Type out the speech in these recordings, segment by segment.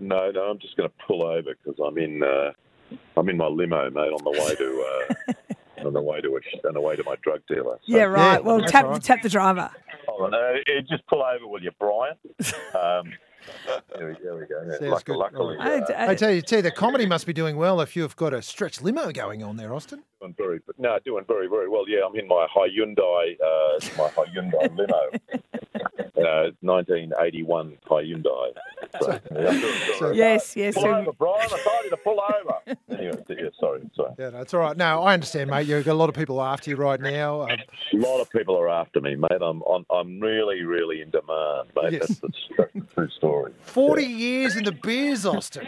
No, no, I'm just going to pull over because I'm in uh, I'm in my limo, mate, on the way to uh, on the way to a, on the way to my drug dealer. So, Yeah, right. well, that's tap all right. tap the driver. hold on, uh, eh, just pull over, will you, Brian? Um, there, we, there we go. Yeah, Sounds luck- good. Luckily, I, uh, I- I tell you, tell you, the comedy must be doing well if you've got a stretch limo going on there, Austin. doing very no, doing very very well. Yeah, I'm in my Hyundai uh, my Hyundai limo. Uh, 1981 Hyundai. So, yeah, I'm doing So- very yes, yes. Pull so- over, Brian. I told you to pull over. anyway, yeah, sorry, sorry. Yeah, that's all right. No, I understand, mate. You've got a lot of people after you right now. Um, A lot of people are after me, mate. I'm I'm, I'm really, really in demand, mate. Yes. That's, the, that's the true story. 40 years in the beers, Austin.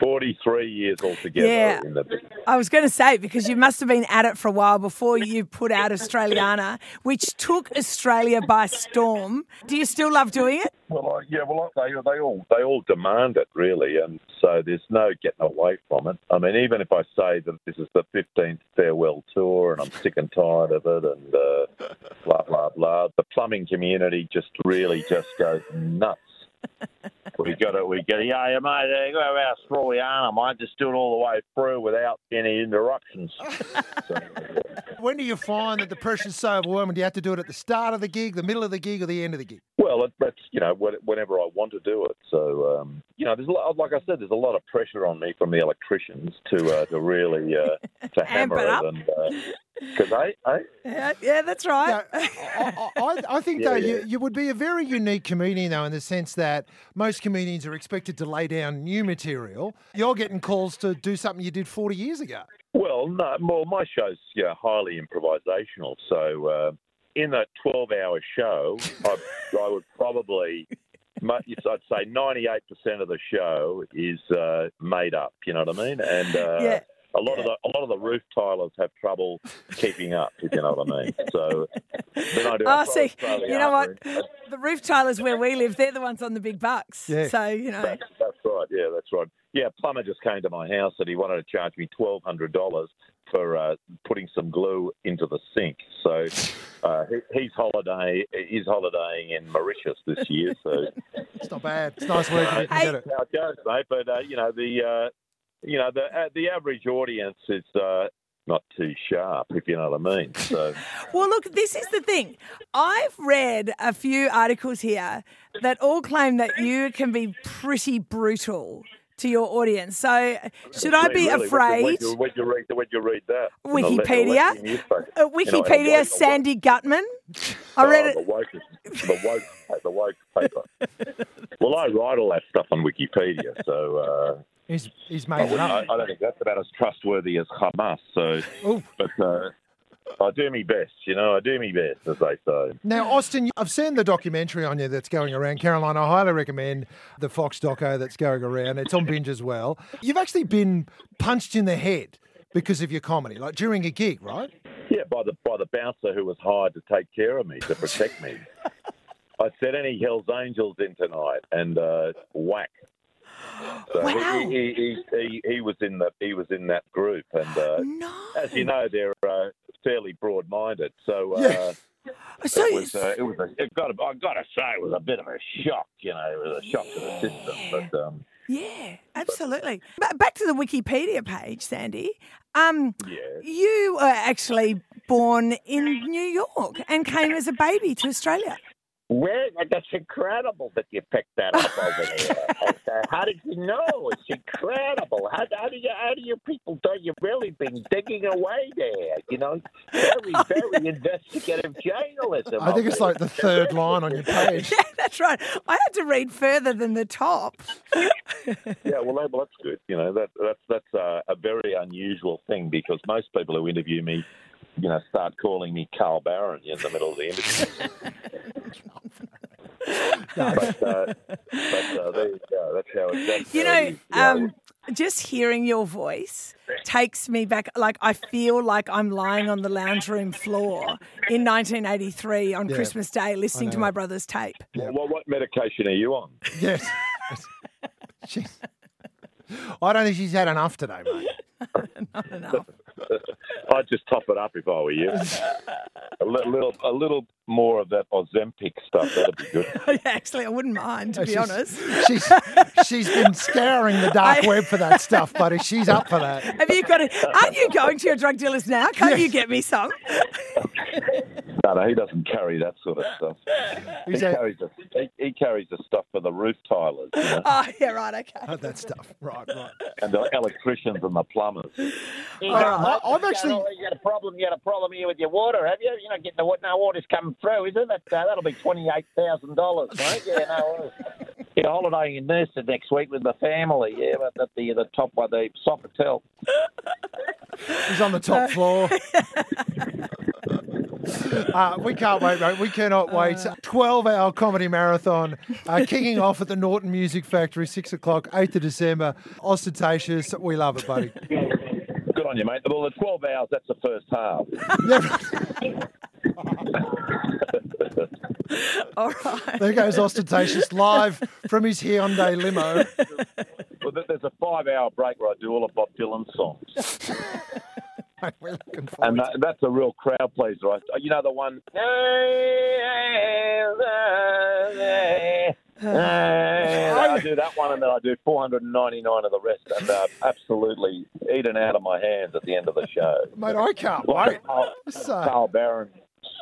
43 years altogether. Yeah. In the, I was going to say because you must have been at it for a while before you put out Australiana, which took Australia by storm. Do you still love doing it? well, I, yeah, well, I, they, they all they all demand it, really, and so there's no getting away from it. I mean, even if I say that this is the 15th farewell tour and I'm sick and tired of it and uh, blah, blah, blah, the plumbing community just really just goes nuts. We got it. We got it. Yeah, yeah, mate. uh, Go have our straw yarn, mate. Just do it all the way through without any interruptions. When do you find that the pressure's so overwhelming? Do you have to do it at the start of the gig, the middle of the gig, or the end of the gig? Well, it- that's you know when- whenever I want to do it. So um, you know, there's a lot, like I said, there's a lot of pressure on me from the electricians to uh, to really uh, to Amp hammer it up. it, and because I, I Yeah, yeah that's right. No, I, I, I- I think Yeah, though yeah. You, you would be a very unique comedian though in the sense that most comedians are expected to lay down new material. You're getting calls to do something you did 40 years ago. well, no, well, my show's you know, highly improvisational. So uh, in that 12-hour show, I, I would probably. mu- I'd say 98% of the show is uh, made up. You know what I mean? And uh, Yeah. A lot of the a lot of the roof tilers have trouble keeping up, if you know what I mean. So then I do. Oh, a see, Australia you know what? after it. The roof tilers where we live, they're the ones on the big bucks. Yeah. So, you know, That's, that's right. Yeah, that's right. Yeah, plumber just came to my house and he wanted to charge me twelve hundred dollars for uh, putting some glue into the sink. So uh, he, he's holiday he's holidaying in Mauritius this year. So uh, It's not bad. It's nice work. You can Hey. get it. how it goes, mate. But uh, you know the uh, you know the uh, the average audience is uh, not too sharp, if you know what I mean. So. well, look, this is the thing. I've read a few articles here that all claim that you can be pretty brutal to your audience. So, should I be Really, really, afraid? Where'd you, where'd you read, where'd you read that? In the le- Wikipedia. the newspaper. Uh, You know, in the Wikipedia, woke- Sandy Gutman. I read Uh, The it. woke, the woke, the woke paper. well, I write all that stuff on Wikipedia, so uh, He's, he's I, made it wouldn't- I, up. I don't think that's about as trustworthy as Hamas. So, Oh. but uh, I do me best, you know. I do me best, as they say. Now, Austin, I've seen the documentary on you that's going around. Caroline, I highly recommend the Fox doco that's going around. It's on binge as well. You've actually been punched in the head because of your comedy, like during a gig, right? Yeah, by the by the bouncer who was hired to take care of me to protect me. I said, "Any Hell's Angels in tonight?" And uh, whack. So he- Wow. he, he, he, he, he was in the he was in that group, and uh, No. as you know, they're uh, fairly broad-minded. So uh, Yeah. So, it was uh, it was a, it got a, I got to say it was a bit of a shock. You know, it was a shock to the system. But um, yeah, absolutely. Ba- back to the Wikipedia page, Sandy. Um, yeah, You were actually born in New York and came as a baby to Australia. Well, that's incredible that you picked that up over there. Uh, how did you know? It's incredible. How, how do you, how do you people do? You've really been digging away there. You know, very, very investigative journalism. I think over it's like there. the third line on your page. Yeah, that's right. I had to read further than the top. yeah. Well, that, well, that's good. You know, that that's that's uh, a very unusual thing because most people who interview me, you know, start calling me Carl Barron in the middle of the interview. but uh, but uh, there you go. That's how it. That's You how it know, is. Yeah. um, just hearing your voice takes me back. Like, I feel like I'm lying on the lounge room floor in 1983 on Yeah. Christmas Day listening to know. my brother's tape. Well, what medication are you on? Yes. Jeez. I don't think she's had enough today, mate. Not enough. I'd just top it up if I were you. A li- little, a little more of that Ozempic stuff. That'd be good. Actually, I wouldn't mind, to be She's- honest. She's she's been scouring the dark I- web for that stuff, buddy. She's up for that. Have you got it? Aren't you going to your drug dealers now? Can't you get me some? No, no, he doesn't carry that sort of stuff. He He's out- carries the he, he carries the stuff for the roof tilers you know, Oh, yeah, right, okay. Not that stuff. Right, right. and the electricians and the plumbers. You All got right. lots of I've actually- going on. You got a problem. You got a problem here with your water, have you? You're not getting the wa- no water's coming through, is it? That uh, that'll be twenty eight thousand dollars, mate. Yeah, no. worries. You're holidaying in Noosa next week with the family. Yeah, but the the, the top one, the Sofitel. He's on the top floor. Uh, we can't wait, mate. We cannot wait. 12 hour comedy marathon uh, kicking off at the Norton Music Factory, 6 o'clock, 8th of December. Ostentatious. We love it, buddy. Good on you, mate. Well, the twelve hours—that's the first half. Yeah, right. All right. there goes Ostentatious live from his Hyundai limo. Well, there- there's a five-hour break where I do all of Bob Dylan songs, Mate, We're looking forward and uh, to that, that's a real crowd pleaser. I, you know the one. I do that one, and then I do 499 of the rest, and uh, absolutely eaten out of my hands at the end of the show. Mate, I can't wait. Like a Carl, So- Carl Barron,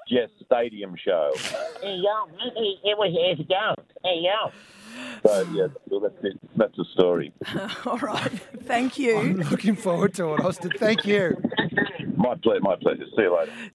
Jess Stadium show. There you go. Hey, It was it's down. There you go. So yeah, well, that's it. That's the story. All right. Thank I'm you. looking forward to it, Austin. Thank you. My pleasure. My pleasure. See you later.